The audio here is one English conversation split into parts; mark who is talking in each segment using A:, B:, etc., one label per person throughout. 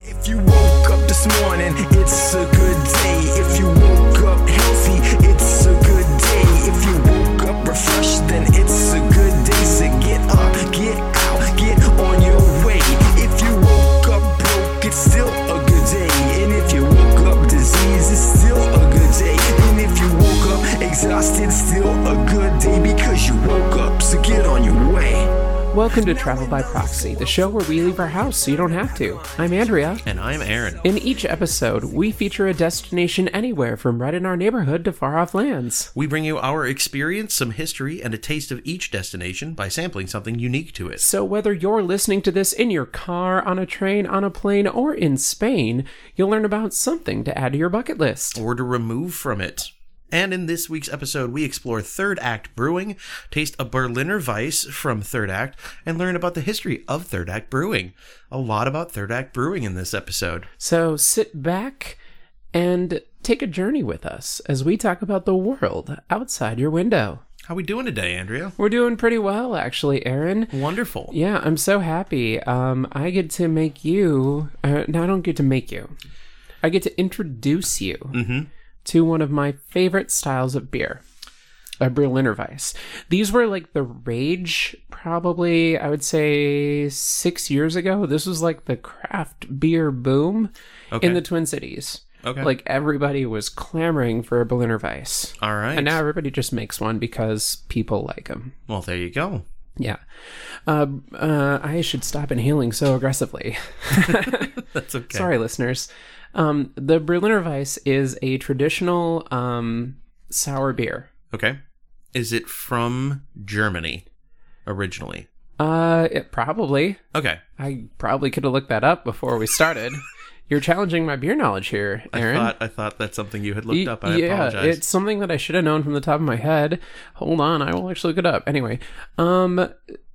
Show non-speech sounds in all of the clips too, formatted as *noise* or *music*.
A: If you woke up this morning, it's a good day. If you woke up healthy, it's a good day. If you woke up refreshed, then it's a good day. So get up, get out, get on your way. If you woke up broke, it's still a good day. And if you woke up diseased, it's still a good day. And if you woke up exhausted, still a good day because you woke up. So get on your way.
B: Welcome to Travel by Proxy, the show where we leave our house so you don't have to. I'm Andrea.
C: And I'm Aaron.
B: In each episode, we feature a destination anywhere from right in our neighborhood to far off lands.
C: We bring you our experience, some history, and a taste of each destination by sampling something unique to it.
B: So, whether you're listening to this in your car, on a train, on a plane, or in Spain, you'll learn about something to add to your bucket list.
C: or to remove from it. And in this week's episode, we explore Third Act Brewing, taste a Berliner Weiss from Third Act, and learn about the history of Third Act Brewing. A lot about Third Act Brewing in this episode.
B: So, sit back and take a journey with us as we talk about the world outside your window.
C: How we doing today, Andrea?
B: We're doing pretty well, actually, Aaron.
C: Wonderful.
B: Yeah, I'm so happy. Um, I get to make you. Uh, no, I don't get to make you. I get to introduce you
C: Mm-hmm.
B: to one of my favorite styles of beer, a Berliner Weiss. These were like the rage, probably. I would say six years ago. This was like the craft beer boom
C: Okay.
B: in the Twin Cities.
C: Okay.
B: Like everybody was clamoring for a Berliner Weiss,
C: All right.
B: and now everybody just makes one because people like them.
C: well, there you go. *laughs*
B: Yeah. Uh, uh, I should stop inhaling so aggressively. *laughs*
C: That's okay.
B: Sorry, listeners. Um, the Berliner Weiss is a traditional um, sour beer.
C: Okay. Is it from Germany originally?
B: Uh, it probably.
C: Okay.
B: I probably could have looked that up before we started. You're challenging my beer knowledge here, Aaron.
C: I thought I thought that's something you had looked
B: Y-
C: up. I
B: yeah,
C: apologize.
B: it's something that I should have known from the top of my head. Hold on, I will actually look it up. Anyway, um,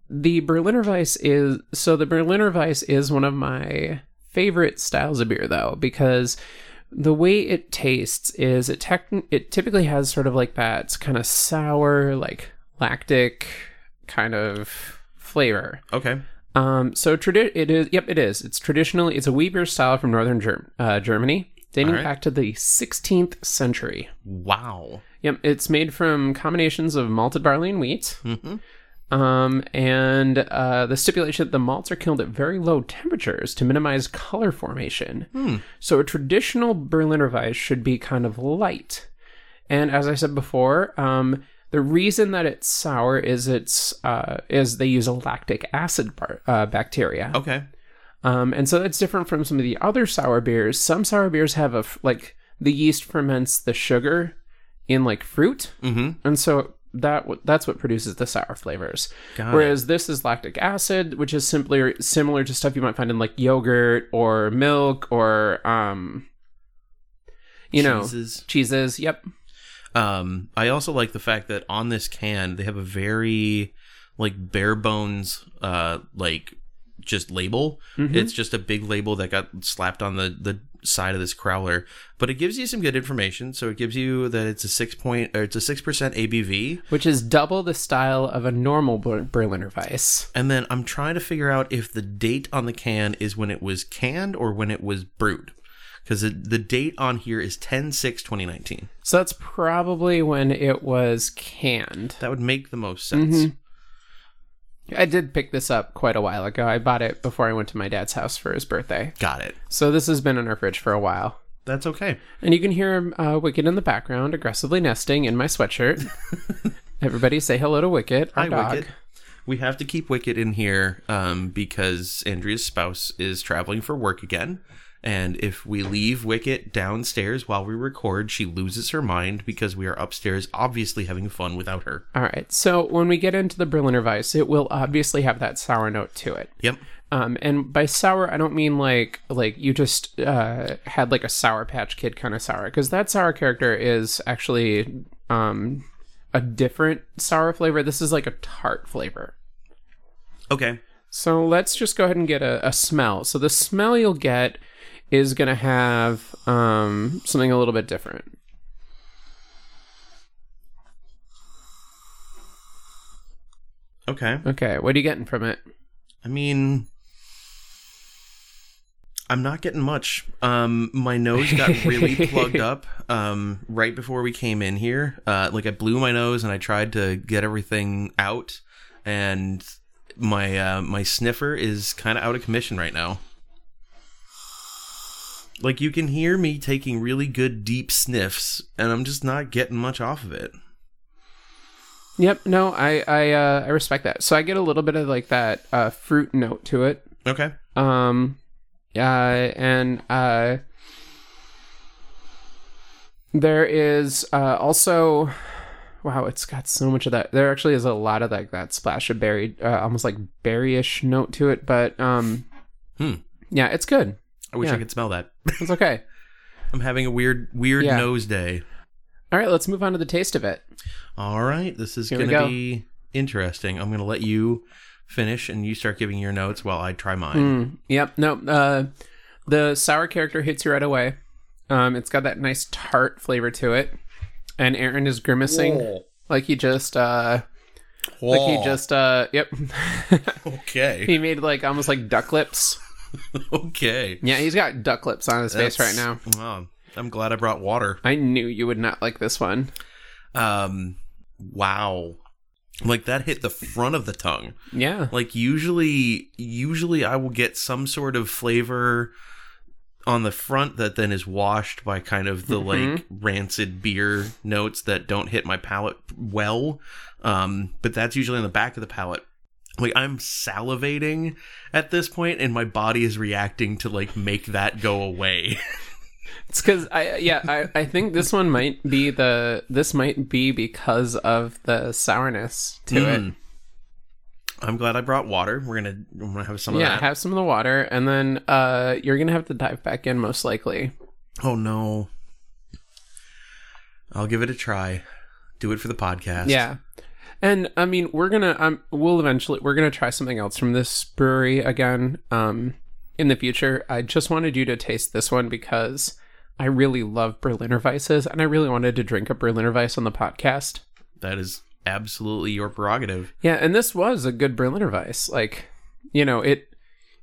B: the Berliner Weiss is so the Berliner Weiss is one of my favorite styles of beer though because the way it tastes is it tech it typically has sort of like that kind of sour like lactic kind of flavor.
C: okay.
B: Um, so tradi- it is. Yep, it is. It's traditionally it's a wheat beer style from northern Germ- uh, Germany, dating
C: Alright.
B: back to the 16th century.
C: Wow.
B: Yep, it's made from combinations of malted barley and wheat.
C: Mm-hmm.
B: Um, and uh, the stipulation that the malts are killed at very low temperatures to minimize color formation. So a traditional Berliner Weiss should be kind of light. And as I said before, um, the reason that it's sour is it's uh, is they use a lactic acid bar- uh, bacteria.
C: Okay.
B: Um, and so that's different from some of the other sour beers. Some sour beers have a f- like the yeast ferments the sugar in like fruit,
C: Mm-hmm.
B: and so that w- that's what produces the sour flavors.
C: Got
B: Whereas this is lactic acid, which is simply similar to stuff you might find in like yogurt or milk or um, you
C: Cheeses.
B: know, cheeses. Yep.
C: Um, I also like the fact that on this can they have a very like bare bones uh like just label.
B: Mm-hmm.
C: It's just a big label that got slapped on the the side of this crowler, but it gives you some good information. So it gives you that it's a six point or it's a six percent ABV.
B: Which is double the style of a normal Ber- Berliner Weiss.
C: And then I'm trying to figure out if the date on the can is when it was canned or when it was brewed. Because the date on here is 10 6 2019.
B: So that's probably when it was canned.
C: That would make the most sense.
B: I did pick this up quite a while ago. I bought it before I went to my dad's house for his birthday.
C: Got it.
B: So this has been in our fridge for a while.
C: That's okay.
B: And you can hear uh, Wicket in the background, aggressively nesting in my sweatshirt. Everybody say hello to Wicket, our
C: Hi,
B: dog.
C: Wicket. We have to keep Wicket in here um, because Andrea's spouse is traveling for work again. And if we leave Wicket downstairs while we record, she loses her mind because we are upstairs, obviously having fun without her.
B: All right. So when we get into the Berliner Weiss, it will obviously have that sour note to it.
C: Yep.
B: Um, and by sour, I don't mean like like you just uh, had like a sour patch kid kind of sour, because that sour character is actually um, a different sour flavor. This is like a tart flavor.
C: Okay.
B: So let's just go ahead and get a, a smell. So the smell you'll get is going to have um, something a little bit different.
C: Okay.
B: Okay, what are you getting from it?
C: I mean, I'm not getting much. Um, my nose got
B: *laughs*
C: really plugged up um, right before we came in here. Uh, like I blew my nose and I tried to get everything out, and my uh, my sniffer is kind of out of commission right now. Like you can hear me taking really good deep sniffs, and I'm just not getting much off of it.
B: Yep. No, I I uh, I respect that. So I get a little bit of like that uh, fruit note to it.
C: Okay.
B: Um, uh, and uh, there is uh, also, wow, it's got so much of that. There actually is a lot of like that splash of berry, uh, almost like berryish note to it. But um,
C: Hmm.
B: yeah, it's good.
C: I wish
B: Yeah.
C: I could smell that.
B: It's okay. *laughs*
C: I'm having a weird weird
B: Yeah.
C: nose day.
B: All right, let's move on to the taste of it.
C: All right, this is
B: Here
C: going
B: we
C: to
B: go.
C: be interesting. I'm going to let you finish and you start giving your notes while I try mine.
B: Mm, yep. No. Uh, the sour character hits you right away. Um, it's got that nice tart flavor to it, and Aaron is grimacing like he just uh, Hmm. like he just uh, yep.
C: *laughs*
B: *laughs*
C: okay.
B: he made like almost like duck lips.
C: okay.
B: Yeah, he's got duck lips on his face right
C: That's-
B: now.
C: Wow. I'm glad I brought water.
B: I knew you would not like this one.
C: Um wow. Like that hit the front of the tongue.
B: Yeah.
C: Like usually usually I will get some sort of flavor on the front that then is washed by kind of the
B: Mm-hmm.
C: like rancid beer notes that don't hit my palate well. Um but that's usually on the back of the palate. Like I'm salivating at this point and my body is reacting to like make that go away.
B: It's because I yeah I, I think this one might be the this might be because of the sourness to
C: *laughs*
B: it.
C: Mm. I'm glad I brought water. We're gonna I'm gonna have some
B: Yeah,
C: of that.
B: have some of the water, and then uh, you're gonna have to dive back in most likely.
C: oh no. I'll give it a try. Do it for the podcast.
B: Yeah, and I mean we're gonna um we'll eventually we're gonna try something else from this brewery again um in the future. I just wanted you to taste this one because I really love Berliner Weisses, and I really wanted to drink a Berliner Weiss on the podcast.
C: That is absolutely your prerogative.
B: Yeah, and this was a good Berliner Weiss. Like, you know, it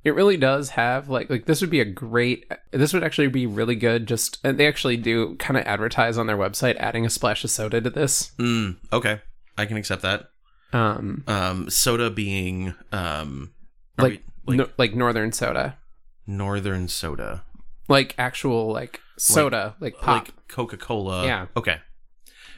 B: it really does have like like this would be a great this would actually be really good just and they actually do kind of advertise on their website adding a splash of soda to this.
C: Mm, okay. I can accept that.
B: Um
C: Um soda being um are
B: like
C: we-
B: no- like northern soda.
C: northern soda.
B: Like actual like soda, like, pop.
C: Like Coca Cola.
B: Yeah.
C: Okay.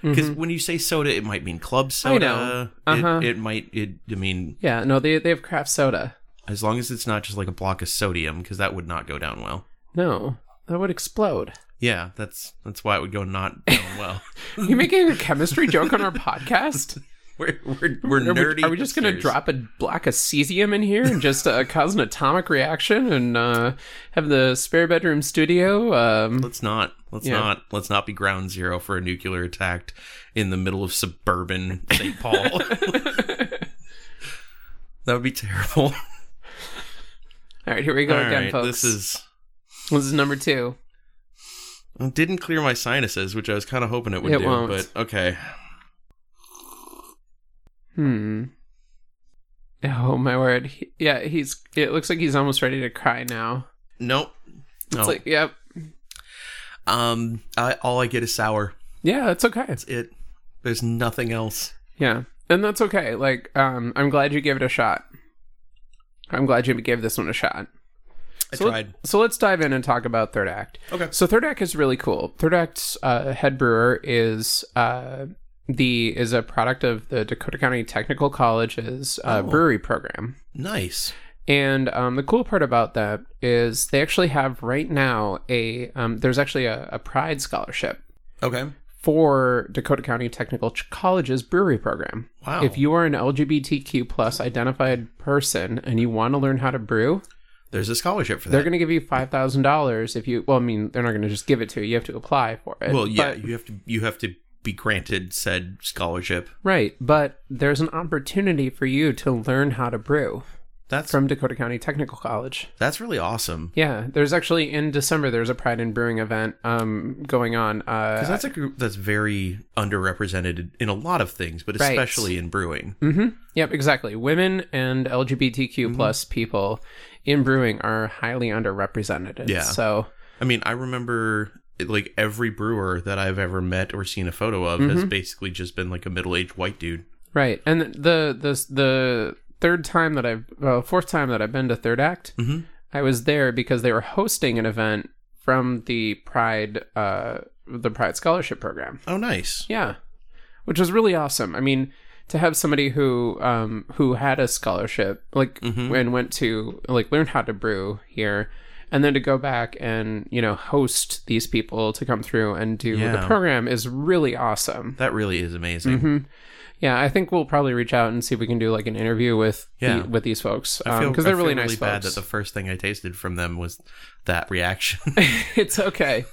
B: Mhm.
C: Because when you say soda, it might mean club soda.
B: know.
C: It-
B: Uh-huh.
C: It, might. It. I mean,
B: Yeah, no, they they have craft soda.
C: as long as it's not just like a block of sodium, because that would not go down well.
B: No. That would explode.
C: Yeah, that's that's why it would go not
B: *laughs*
C: down well.
B: You making a chemistry joke on our podcast?
C: we're we're, *laughs* we're
B: Are we-
C: nerdy.
B: Are we just going to
C: hipsters.
B: drop a block of cesium in here and just uh, cause an atomic reaction and uh, have the spare bedroom studio? Um, *laughs*
C: Let's not. Let's
B: Yeah.
C: not. Let's not be ground zero for a nuclear attack in the middle of suburban
B: *laughs*
C: St. Paul. that would be terrible.
B: all right, here we go
C: All
B: again,
C: right,
B: folks.
C: This is.
B: This is number two.
C: It didn't clear my sinuses, which I was kind of hoping it would
B: It
C: do.
B: won't.
C: But okay.
B: Hmm. Oh my word! He- yeah, he's. It looks like he's almost ready to cry now.
C: Nope. No.
B: It's like, yep,
C: um. I, all I get is sour.
B: yeah, that's okay.
C: That's it. There's nothing else.
B: Yeah, and that's okay. Like, um, I'm glad you gave it a shot. I'm glad you gave this one a shot.
C: I
B: so,
C: tried.
B: Let, so let's dive in and talk about third act.
C: Okay.
B: So third act is really cool. Third act's uh, head brewer is uh, the is a product of the Dakota County Technical College's uh,
C: Oh.
B: brewery program.
C: Nice.
B: And um, the cool part about that is they actually have right now a um, there's actually a, a Pride scholarship
C: Okay.
B: for Dakota County Technical Ch- College's brewery program.
C: Wow.
B: If you are an LGBTQ plus identified person and you want to learn how to brew,
C: There's a scholarship for that.
B: they're going to give you five thousand dollars if you. Well, I mean, they're not going to just give it to you. You have to apply for it.
C: Well, yeah,
B: But-
C: you have to you have to be granted said scholarship.
B: right. But there's an opportunity for you to learn how to brew
C: That's
B: from Dakota County Technical College.
C: that's really awesome.
B: Yeah, there's actually in December there's a Pride in Brewing event um going on.
C: 'Cause
B: Uh,
C: that's a group that's very underrepresented in a lot of things, but
B: Right. Mm-hmm.
C: especially in brewing. Mm-hmm.
B: mhm. Yep, exactly. Women and LGBTQ plus people in brewing are highly underrepresented.
C: Yeah.
B: So
C: I mean, I remember like every brewer that I've ever met or seen a photo of
B: Mm-hmm.
C: has basically just been like a middle aged white dude.
B: right, and the the the third time that I've well, fourth time that I've been to Third Act,
C: Mhm.
B: I was there because they were hosting an event from the Pride uh the Pride Scholarship Program.
C: Oh, nice.
B: Yeah, which was really awesome. I mean, to have somebody who um who had a scholarship like
C: Mhm.
B: and went to like learned how to brew here, and then to go back and you know host these people to come through and do
C: Yeah.
B: the program is really awesome.
C: That really is amazing.
B: hmm Yeah, I think we'll probably reach out and see if we can do like an interview with the-
C: Yeah.
B: with these folks
C: I
B: because
C: feel
B: Um, they're
C: I feel
B: really nice
C: bad
B: folks. *laughs*
C: that the first thing I tasted from them was that reaction.
B: it's
C: *laughs*
B: okay.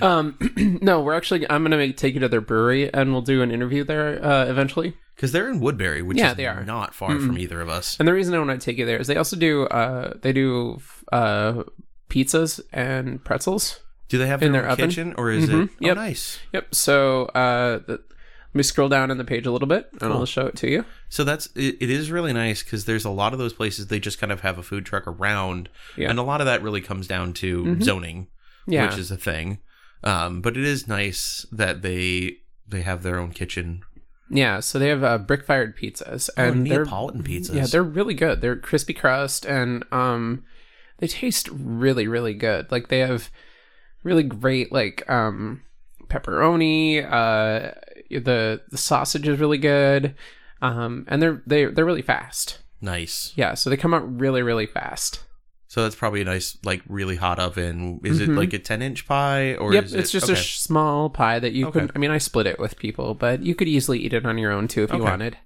B: um, *clears throat* no, we're actually I'm gonna make, take you to their brewery and we'll do an interview there uh, eventually.
C: Because they're in Woodbury, which
B: Yeah,
C: is
B: they are.
C: not far from either of us.
B: And the reason I want to take you there is they also do uh they do uh pizzas and pretzels.
C: Do they have
B: In
C: their,
B: their
C: own
B: oven?
C: kitchen or is
B: Mhm,
C: it?
B: yep.
C: Oh, nice.
B: Yep. So uh the, let me scroll down in the page a little bit and I'll
C: Cool.
B: show it to you.
C: So that's it, it is really nice because there's a lot of those places they just kind of have a food truck around,
B: Yeah. Mm-hmm.
C: and a lot of that really comes down to zoning,
B: Yeah.
C: which is a thing. Um, but it is nice that they they have their own kitchen
B: yeah. So they have uh, brick fired pizzas and
C: Oh, and
B: they're
C: Neapolitan pizzas.
B: yeah they're really good. They're crispy crust and um they taste really really good. Like they have really great like um pepperoni. Uh, the the sausage is really good. Um, and they're they they're really fast.
C: nice.
B: Yeah, so they come out really, really fast.
C: So that's probably a nice, like really hot oven. Is it
B: Mhm.
C: like a ten inch pie or
B: yep,
C: is
B: it's
C: it-
B: just a
C: okay.
B: sh- small pie that you
C: Okay.
B: could. I mean, I split it with people, but you could easily eat it on your own too if you
C: Okay.
B: wanted.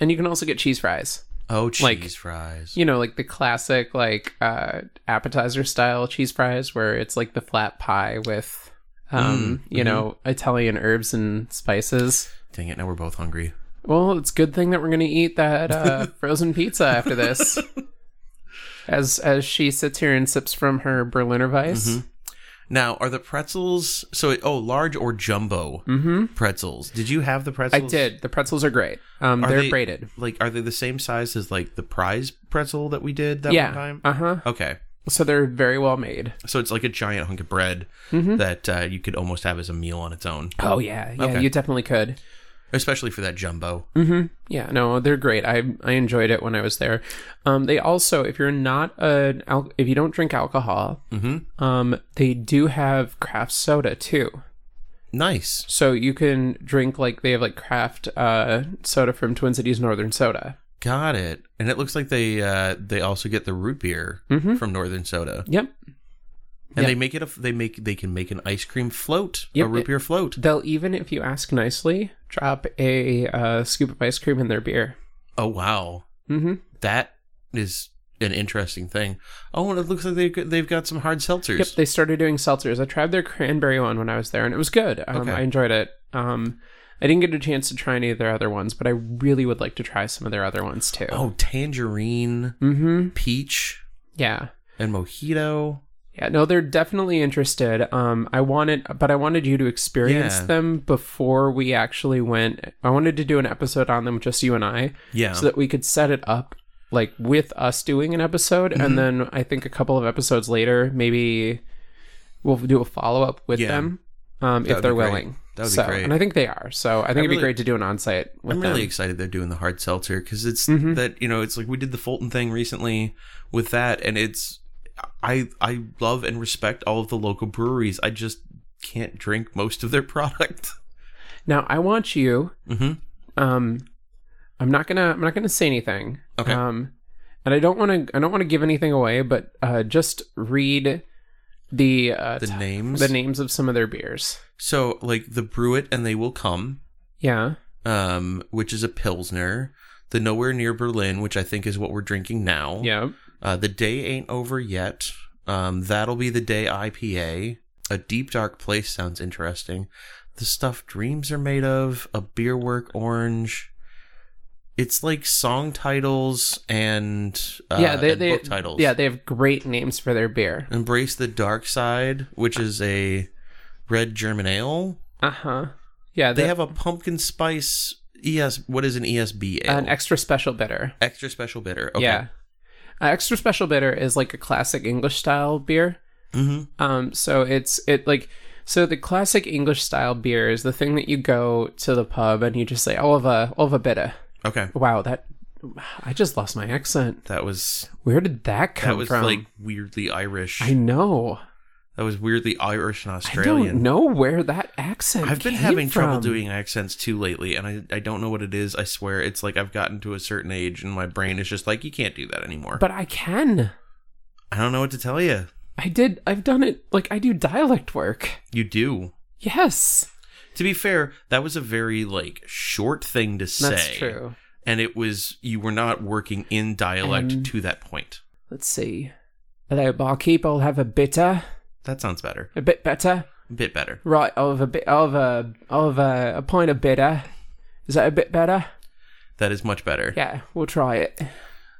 B: And you can also get cheese fries.
C: oh cheese
B: like-
C: fries.
B: You know, like the classic like uh, appetizer style cheese fries, where it's like the flat pie with, um,
C: Mm,
B: you know, Italian herbs and spices.
C: Dang it! Now we're both hungry.
B: Well, it's a good thing that we're gonna eat that uh, frozen pizza after this. As as she sits here and sips from her Berliner Weiss.
C: Now, are the pretzels so? It, oh, large or jumbo pretzels? Did you have the
B: Mm-hmm. I
C: pretzels?
B: did. The pretzels are great. Um,
C: Are
B: they're
C: they-
B: braided.
C: Like, are they the same size as like the prize pretzel that we did that one
B: Yeah.
C: time?
B: Uh huh.
C: Okay,
B: So they're very well made.
C: so it's like a giant hunk of bread
B: Mm-hmm.
C: that uh, you could almost have as a meal on its own,
B: Oh yeah, yeah.
C: Okay.
B: You definitely could.
C: especially for that jumbo.
B: Yeah. No, they're great. I I enjoyed it when I was there. Um, they also, if you're not an al- if you don't drink alcohol,
C: Mm-hmm.
B: um, they do have craft soda too.
C: Nice.
B: So you can drink like they have like craft uh soda from Twin Cities Northern Soda.
C: Got it. And it looks like they uh, they also get the root beer
B: Mm-hmm.
C: from Northern Soda,
B: Yep.
C: and they make it. A, they make they can make an ice cream float,
B: Yep,
C: a root
B: it-
C: beer float.
B: They'll even, if you ask nicely, drop a uh, scoop of ice cream in their beer.
C: Oh wow.
B: Mm-hmm.
C: that is an interesting thing. Oh, and it looks like they've got, they've got some hard seltzers.
B: Yep, they started doing seltzers. I tried their cranberry one when I was there, and it was good. Um,
C: Okay.
B: I enjoyed it. Um, I didn't get a chance to try any of their other ones, but I really would like to try some of their other ones too.
C: oh, tangerine,
B: Mm-hmm.
C: peach,
B: Yeah.
C: and mojito.
B: Yeah, no, they're definitely interested. Um, I wanted, but I wanted you to experience
C: Yeah.
B: them before we actually went. I wanted to do an episode on them, just you and I,
C: Yeah.
B: so that we could set it up like with us doing an episode,
C: Mm-hmm.
B: and then I think a couple of episodes later, maybe we'll do a follow up with
C: Yeah.
B: them um,
C: That
B: if
C: would
B: they're
C: be great.
B: willing.
C: That would be
B: so,
C: great.
B: and I think they are. So I think it'd
C: really-
B: be great to do an on site with
C: I'm
B: them.
C: really excited they're doing the hard seltzer because it's
B: Mm-hmm.
C: that you know it's like we did the Fulton thing recently with that, and it's I I love and respect all of the local breweries. I just can't drink most of their *laughs* product.
B: Now I want you.
C: Mhm.
B: Um, I'm not gonna. I'm not gonna say anything.
C: Okay.
B: Um, and I don't want to. I don't want to give anything away, but uh, just read the uh,
C: The
B: t-
C: names.
B: the names of some of their beers.
C: so like the brew it and they will come.
B: Yeah.
C: um, which is a Pilsner. The Nowhere Near Berlin, which I think is what we're drinking now.
B: Yeah.
C: Uh, the Day Ain't Over Yet. Um, that'll be the Day IPA. A Deep Dark Place sounds interesting. The Stuff Dreams Are Made Of. A Beer Work Orange. It's like song titles and, uh,
B: yeah. They,
C: and
B: they
C: book titles.
B: Yeah, they have great names for their beer.
C: Embrace the Dark Side, which is a red German ale.
B: Uh huh. Yeah.
C: They have a pumpkin spice ES. What is an ESB ale?
B: an extra special bitter.
C: extra special bitter. Okay.
B: Yeah. Uh, extra special bitter is like a classic English style beer.
C: Mhm.
B: Um, so it's it like so the classic English style beer is the thing that you go to the pub and you just say, "Oh, "I'll have a, I'll have a bitter."
C: Okay.
B: Wow, that I just lost my accent.
C: That was
B: Where did that come
C: that was
B: from?
C: like weirdly Irish.
B: I know.
C: that was weirdly Irish and
B: I
C: Australian.
B: don't know where that accent.
C: I've been
B: came
C: having trouble
B: from.
C: doing accents too lately, and I, I don't know what it is. I swear, it's like I've gotten to a certain age, and my brain is just like, you can't do that anymore.
B: But I can.
C: I don't know what to tell you.
B: I did. I've done it. Like I do dialect work.
C: You do.
B: Yes,
C: To be fair, that was a very like short thing to say.
B: that's true.
C: And it was you were not working in dialect
B: Um,
C: to that point.
B: Let's see. Hello, barkeep. I'll have a bitter,
C: That sounds better.
B: a bit better.
C: A bit better.
B: Right, I'll have a bit. I'll have a. I'll have a, a pint of bitter. Is that a bit better?
C: That is much better.
B: Yeah, we'll try it.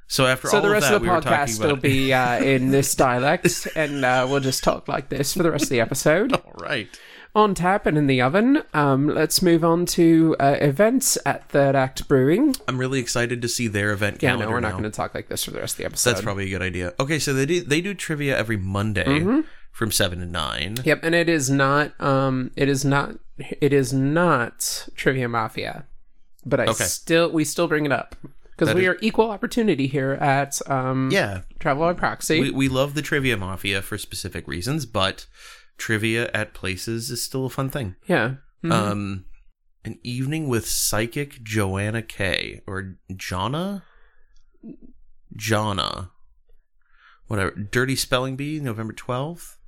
C: So after
B: so
C: all
B: the rest
C: of that,
B: of the
C: we were talking
B: podcast
C: about
B: will be uh, in this dialect, and uh, we'll just talk like this for the rest of the episode.
C: *laughs* all right.
B: on tap and in the oven. Um, let's move on to uh, events at Third Act Brewing.
C: I'm really excited to see their event
B: Yeah,
C: calendar.
B: no, we're not
C: now.
B: going to talk like this for the rest of the episode.
C: That's probably a good idea. Okay, so they do they do trivia every Monday from seven to nine.
B: Yep, and it is not. Um, it is not. It is not Trivia Mafia, but I
C: Okay.
B: still we still bring it up because
C: That
B: we
C: is-
B: are equal opportunity here at um,
C: Yeah,
B: Travel by Proxy.
C: we, we love the trivia mafia for specific reasons, but trivia at places is still a fun thing.
B: yeah. Mhm.
C: Um, an evening with psychic Joanna Kay or Jonna, Jonna, whatever. Dirty spelling bee, November twelfth.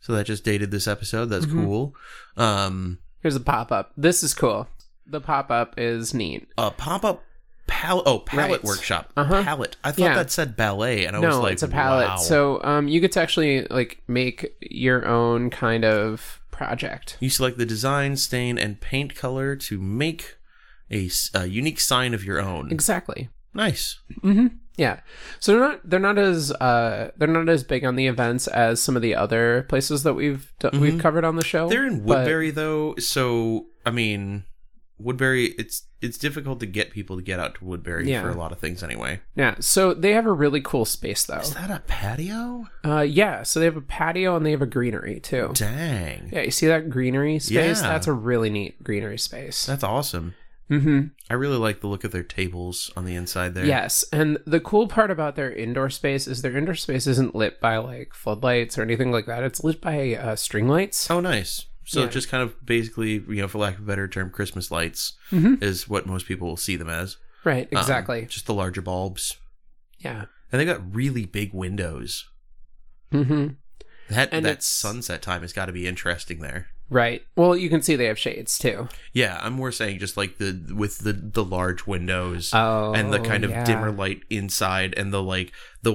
C: So that just dated this episode. That's
B: Mhm.
C: cool. Um,
B: Here's a pop up. This is cool. The pop up is neat.
C: a pop up palette. Oh, palette
B: Right.
C: workshop.
B: Uh-huh.
C: Palette. I thought
B: Yeah.
C: that said ballet, and I was
B: no,
C: like,
B: it's a palette.
C: wow.
B: So um, you get to actually like make your own kind of project.
C: You select the design, stain, and paint color to make a, s- a unique sign of your own.
B: Exactly.
C: Nice.
B: hmm Yeah. So they're not they're not as uh, they're not as big on the events as some of the other places that we've d- we've covered on the show.
C: Mm-hmm. They're in
B: but-
C: Woodbury though, so I mean, Woodbury. It's it's difficult to get people to get out to Woodbury
B: Yeah.
C: for a lot of things anyway.
B: yeah. So they have a really cool space though.
C: Is that a patio?
B: Uh, yeah. So they have a patio and they have a greenery too.
C: Dang,
B: Yeah. You see that greenery space?
C: Yeah.
B: That's a really neat greenery space.
C: that's awesome.
B: hmm
C: I really like the look of their tables on the inside there.
B: Yes, and the cool part about their indoor space is their indoor space isn't lit by like floodlights or anything like that. It's lit by uh, string lights.
C: Oh, nice. So
B: Yeah.
C: just kind of basically, you know, for lack of a better term, Christmas lights
B: Mhm.
C: is what most people will see them as.
B: Right,
C: Um,
B: exactly.
C: just the larger bulbs,
B: yeah.
C: and they got really big windows.
B: hmm
C: That
B: And
C: that
B: it's-
C: sunset time has got to be interesting there.
B: Right. Well, you can see they have shades too.
C: Yeah, I'm more saying just like the with the the large windows
B: Oh,
C: and the kind of
B: yeah.
C: dimmer light inside and the like the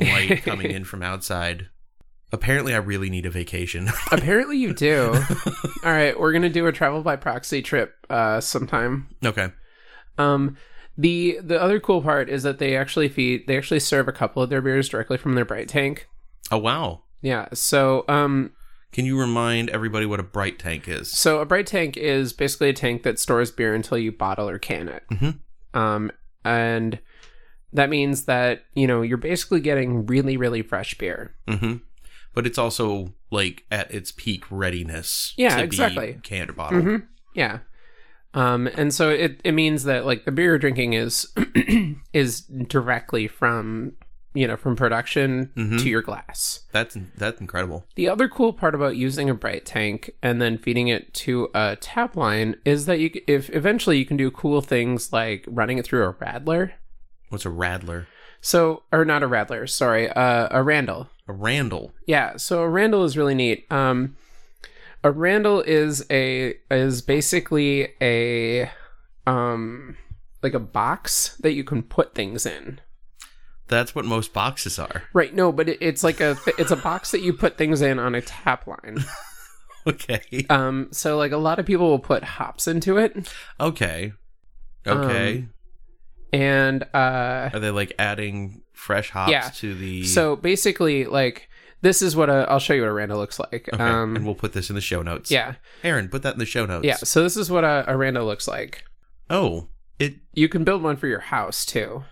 B: *laughs*
C: light coming in from outside. Apparently, I really need a vacation. *laughs*
B: Apparently, you do. All right, we're gonna do a travel by proxy trip uh, sometime.
C: okay,
B: Um, the the other cool part is that they actually feed they actually serve a couple of their beers directly from their bright tank.
C: oh wow.
B: Yeah. So um,
C: Can you remind everybody what a bright tank is?
B: So a bright tank is basically a tank that stores beer until you bottle or can it.
C: Mhm.
B: Um, and that means that you know you're basically getting really, really fresh beer.
C: hmm But it's also like at its peak readiness.
B: Yeah,
C: to
B: exactly.
C: Be canned or bottled.
B: hmm Yeah. Um, and so it, it means that like the beer you're drinking is *clears throat* is directly from you know from production
C: Mhm.
B: to your glass.
C: That's that's incredible.
B: The other cool part about using a bright tank and then feeding it to a tap line is that you c- if eventually you can do cool things like running it through a radler.
C: What's a rattler?
B: So, or not a Rattler, sorry, uh, a Randall.
C: A Randall.
B: Yeah, so a Randall is really neat. Um, a Randall is a is basically a um like a box that you can put things in.
C: That's what most boxes are. *laughs*
B: Right? No, but it, it's like a th- it's a box that you put things in on a tap line.
C: Okay.
B: Um, so like a lot of people will put hops into it,
C: Okay. Okay.
B: Um, and uh,
C: Are they like adding fresh hops
B: Yeah.
C: to the
B: so basically like this is what a I'll show you what a Randall looks like.
C: Okay,
B: um,
C: and we'll put this in the show notes.
B: yeah,
C: Aaron, put that in the show notes.
B: yeah. So this is what a, a Randall looks like.
C: Oh, it
B: You can build one for your house too.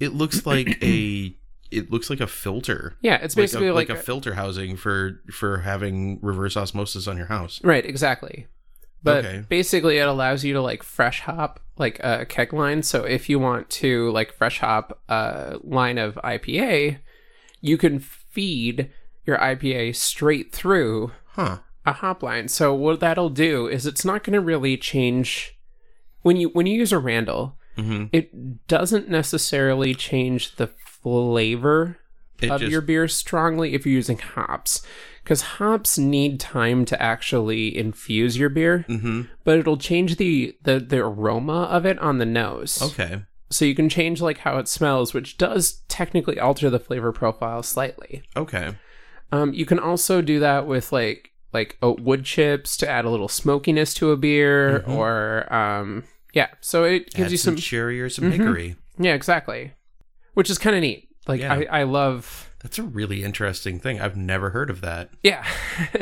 C: It looks like a *clears throat* it looks like a filter.
B: Yeah, it's
C: Like a-
B: basically
C: like,
B: like,
C: a filter housing for for having reverse osmosis on your house.
B: right, exactly. But
C: Okay.
B: basically, it allows you to like fresh hop like a keg line. So if you want to like fresh hop a line of IPA, you can feed your IPA straight through
C: Huh.
B: a hop line. So what that'll do is it's not going to really change when you when you use a Randall.
C: Mhm.
B: It doesn't necessarily change the flavor
C: It
B: of
C: just-
B: your beer strongly if you're using hops because hops need time to actually infuse your beer
C: Mhm.
B: but it'll change the, the the aroma of it on the nose
C: Okay.
B: so you can change like how it smells which does technically alter the flavor profile slightly
C: Okay.
B: um, you can also do that with like like oat wood chips to add a little smokiness to a beer or um, yeah so it gives
C: Mm-hmm. Add
B: you
C: some,
B: some
C: cherry or some
B: Mhm.
C: hickory.
B: yeah exactly which is kind of neat like
C: Yeah.
B: I, I love
C: That's a really interesting thing. I've never heard of that.
B: Yeah. *laughs*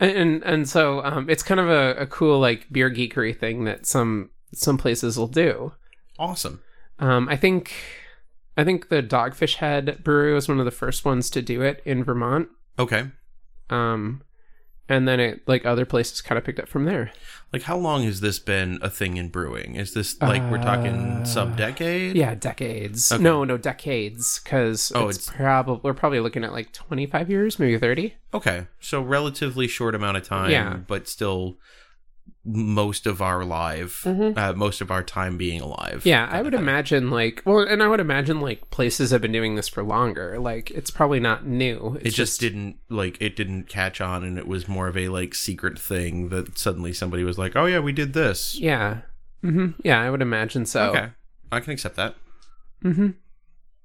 B: and, and and so um, it's kind of a, a cool like beer geekery thing that some some places will do.
C: Awesome.
B: Um, I think I think the Dogfish Head Brewery was one of the first ones to do it in Vermont.
C: Okay.
B: Um, and then it like other places kind of picked up from there.
C: Like how long has this been a thing in brewing? Is this like we're talking
B: Uh,
C: sub decade?
B: Yeah, decades.
C: Okay.
B: No, no, decades. Because
C: Oh,
B: it's,
C: it's-
B: probably we're probably looking at like twenty five years, maybe thirty.
C: Okay. So relatively short amount of time,
B: Yeah.
C: but still most of our live
B: Mhm.
C: uh, most of our time being alive.
B: Yeah,
C: kind
B: I
C: of
B: would
C: thing.
B: imagine like well, and I would imagine like places have been doing this for longer. Like it's probably not new.
C: it
B: It's
C: just didn't like it didn't catch on and it was more of a like secret thing that suddenly somebody was like, "Oh yeah, we did this."
B: Yeah. hmm Yeah, I would imagine so.
C: Mm-hmm. Okay. I can accept that.
B: hmm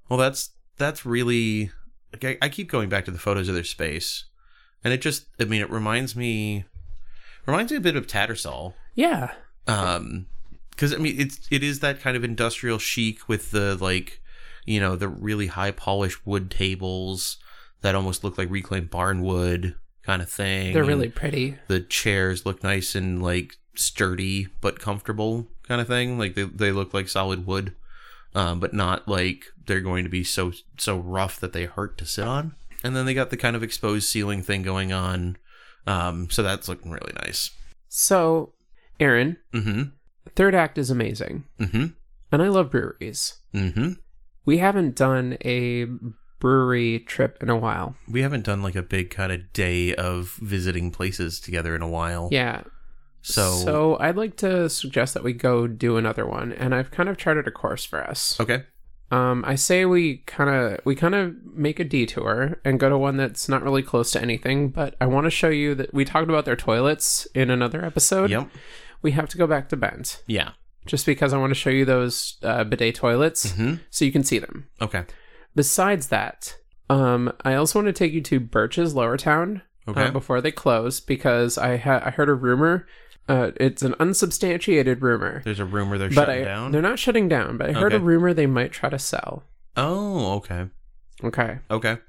C: Well, that's that's really. like, I, I keep going back to the photos of their space, and it just. I mean, it reminds me, reminds me a bit of Tattersall.
B: Yeah.
C: Um, because I mean, it's it is that kind of industrial chic with the like, you know, the really high polished wood tables that almost look like reclaimed barn wood kind of thing.
B: They're
C: and
B: really pretty.
C: the chairs look nice and like sturdy but comfortable kind of thing like they, they look like solid wood um, but not like they're going to be so so rough that they hurt to sit on and then they got the kind of exposed ceiling thing going on um, so that's looking really nice
B: So, Aaron,
C: mm-hmm
B: third act is amazing.
C: mm-hmm
B: And I love breweries.
C: mm-hmm
B: We haven't done a brewery trip in a while.
C: we haven't done like a big kind of day of visiting places together in a while
B: Yeah.
C: so,
B: so I'd like to suggest that we go do another one. And I've kind of charted a course for us.
C: okay
B: Um, I say we kind of we kind of make a detour and go to one that's not really close to anything, but I want to show you that we talked about their toilets in another episode.
C: yep
B: We have to go back to Bent
C: yeah
B: just because I want to show you those uh, bidet toilets
C: Mhm.
B: so you can see them.
C: okay
B: Besides that, um, I also want to take you to Birch's Lower Town
C: Okay.
B: uh, before they close because I ha- I heard a rumor. Uh, it's an unsubstantiated rumor,
C: there's a rumor they're
B: but
C: shutting
B: I,
C: down
B: they're not shutting down. But I heard a
C: Okay.
B: rumor they might try to sell.
C: oh okay
B: Okay.
C: okay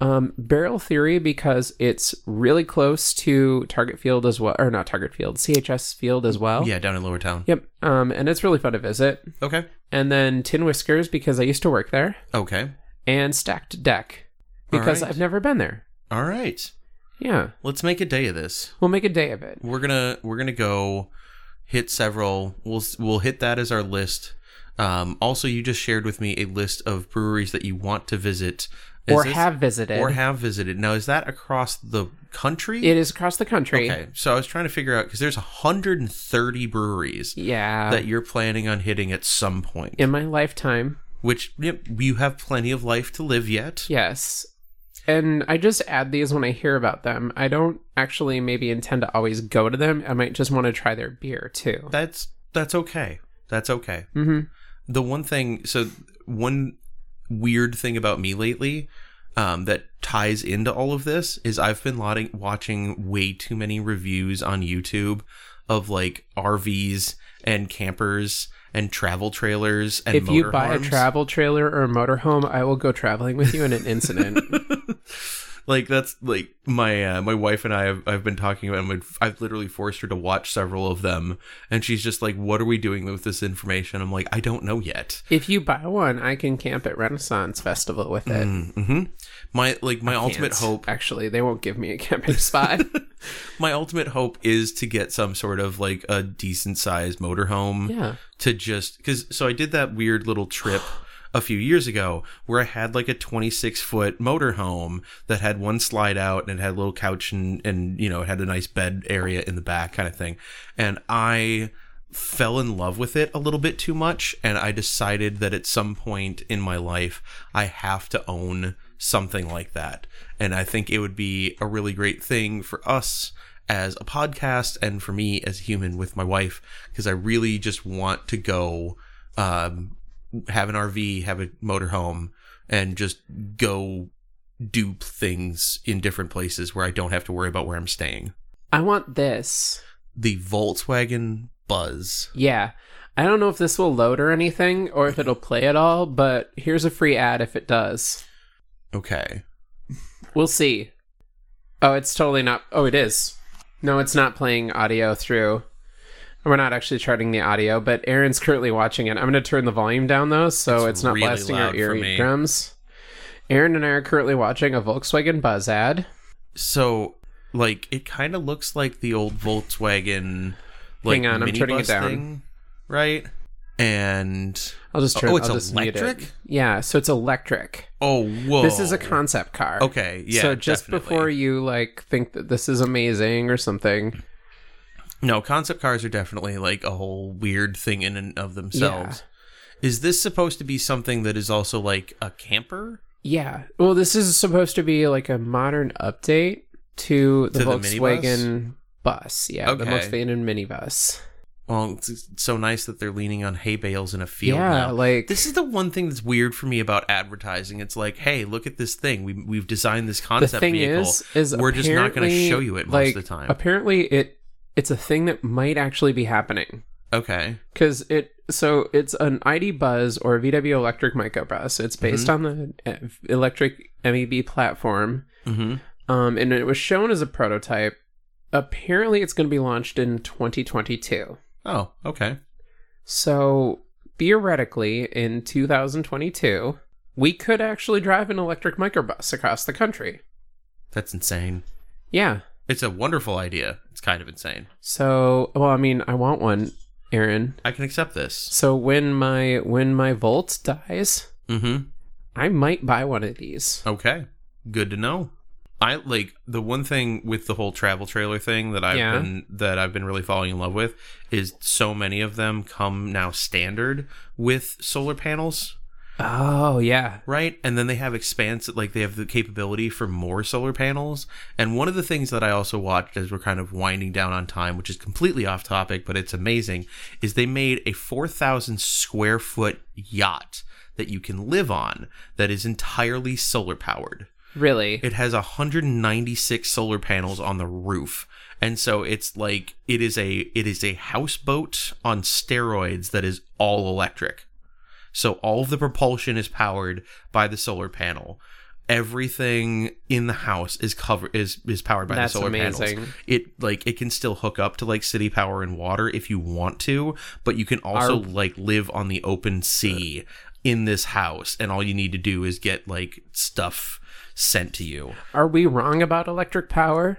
B: Um, barrel theory because it's really close to Target Field as well, or not Target Field, CHS Field as well.
C: yeah down in lower town
B: Yep. Um, and it's really fun to visit.
C: okay
B: And then Tin Whiskers because I used to work there,
C: Okay.
B: and Stacked Deck
C: All
B: because
C: right.
B: I've never been there.
C: All right.
B: Yeah,
C: Let's make a day of this.
B: we'll make a day of it.
C: We're gonna we're gonna go hit several. We'll we'll hit that as our list. Um, also, you just shared with me a list of breweries that you want to visit Is
B: or
C: this-
B: have visited.
C: or have visited. Now, is that across the country?
B: it is across the country.
C: Okay. So I was trying to figure out because there's 130 breweries
B: Yeah.
C: that you're planning on hitting at some point.
B: In my lifetime,
C: Which yep, you have plenty of life to live yet.
B: yes. And I just add these when I hear about them. I don't actually maybe intend to always go to them. I might just want to try their beer too.
C: That's that's okay. That's okay.
B: mm-hmm.
C: the one thing so one weird thing about me lately um, that ties into all of this is i've been lotting, watching way too many reviews on youtube of like rvs and campers and travel trailers and
B: if you buy
C: motorhomes. *laughs*
B: a travel trailer or a motorhome, I will go traveling with you in an incident.
C: like that's like my uh, my wife and I have I've been talking about. And I've literally forced her to watch several of them, and she's just like, "What are we doing with this information?" I'm like, "I don't know yet."
B: If you buy one, I can camp at Renaissance Festival with it.
C: Mm-hmm. My like my ultimate
B: Can't.
C: hope
B: Actually, they won't give me a camping spot.
C: *laughs* my ultimate hope is to get some sort of like a decent sized motorhome
B: yeah.
C: to just because so I did that weird little trip a few years ago where I had like a 26 foot motorhome that had one slide out and it had a little couch and and you know it had a nice bed area in the back kind of thing and I fell in love with it a little bit too much and I decided that at some point in my life I have to own something like that and I think it would be a really great thing for us as a podcast and for me as a human with my wife because I really just want to go um, have an RV, have a motorhome, and just go do things in different places where I don't have to worry about where I'm staying.
B: I want this.
C: The Volkswagen Buzz.
B: Yeah. I don't know if this will load or anything or if it'll play at all, but here's a free ad if it does.
C: Okay.
B: We'll see. Oh, it's totally not. Oh, it is. No, it's not playing audio through. We're not actually charting the audio, but Aaron's currently watching it. I'm going to turn the volume down though, so it's,
C: It's
B: not
C: really
B: blasting our
C: loud for me.
B: eardrums. Aaron and I are currently watching a Volkswagen Buzz ad.
C: So, like, it kind of looks like the old Volkswagen. Like,
B: Hang on, I'm turning it
C: minibus
B: down.
C: thing, right? And
B: I'll just
C: Oh,
B: turn.
C: it's
B: I'll just mute it.
C: electric?
B: Yeah, so it's electric.
C: oh, whoa!
B: This is a concept car.
C: Okay, yeah.
B: so just
C: definitely.
B: before you like think that this is amazing or something,
C: No, concept cars are definitely like a whole weird thing in and of themselves. Is this supposed to be something that is also like a camper?
B: yeah. Well, this is supposed to be like a modern update to the
C: To the
B: Volkswagen bus. Yeah, the
C: Okay.
B: Volkswagen minibus.
C: Well, it's it's so nice that they're leaning on hay bales in a field.
B: yeah,
C: now.
B: like
C: this is the one thing that's weird for me about advertising. It's like, hey, look at this thing. We we've designed this
B: the
C: concept
B: thing
C: vehicle.
B: is, is
C: We're just not gonna
B: apparently,
C: show you it most
B: like,
C: of the time.
B: Apparently, it it's a thing that might actually be happening.
C: okay,
B: because it so it's an ID Buzz or a VW electric microbus. It's
C: Mm-hmm.
B: based on the uh, electric MEB platform,
C: hmm
B: um, and it was shown as a prototype. Apparently, it's going to be launched in 2022.
C: oh, okay,
B: So theoretically, in 2022, we could actually drive an electric microbus across the country.
C: that's insane.
B: Yeah.
C: It's a wonderful idea. It's kind of insane.
B: So, well, I mean, I want one, Aaron.
C: I can accept this.
B: So when my when my Volt dies,
C: Mm-hmm.
B: I might buy one of these.
C: Okay. Good to know. I like the one thing with the whole travel trailer thing that I've
B: Yeah.
C: been that I've been really falling in love with is so many of them come now standard with solar panels,
B: Oh yeah,
C: right? And then they have expanse like they have the capability for more solar panels. And one of the things that I also watched as we're kind of winding down on time, which is completely off topic, but it's amazing, is they made a 4,000 square foot yacht that you can live on that is entirely solar powered.
B: really?
C: It has 196 solar panels on the roof. And so it's like it is a it is a houseboat on steroids that is all electric. So all of the propulsion is powered by the solar panel. Everything in the house is covered is is powered by
B: That's
C: the solar
B: amazing.
C: panels. It like it can still hook up to like city power and water if you want to, but you can also
B: Are-
C: like live on the open sea in this house and all you need to do is get like stuff sent to you.
B: Are we wrong about electric power?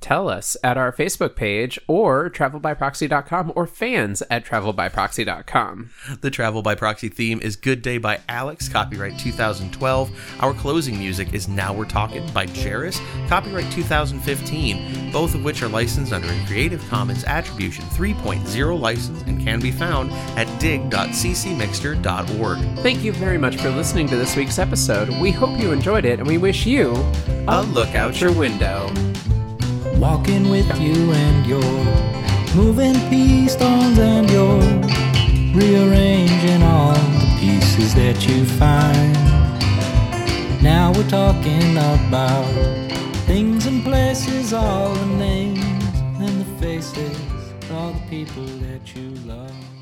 B: Tell us at our Facebook page or travelbyproxy.com or fans at travelbyproxy.com.
C: The Travel by Proxy theme is Good Day by Alex, copyright 2012. Our closing music is Now We're Talking by Jerris, copyright 2015, both of which are licensed under a Creative Commons Attribution 3.0 license and can be found at dig.ccmixter.org.
B: Thank you very much for listening to this week's episode. We hope you enjoyed it and we wish you
C: A look out your
B: your window.
D: Walking with you and your moving pea stones and your rearranging all the pieces that you find. Now we're talking about things and places, all the names and the faces, of all the people that you love.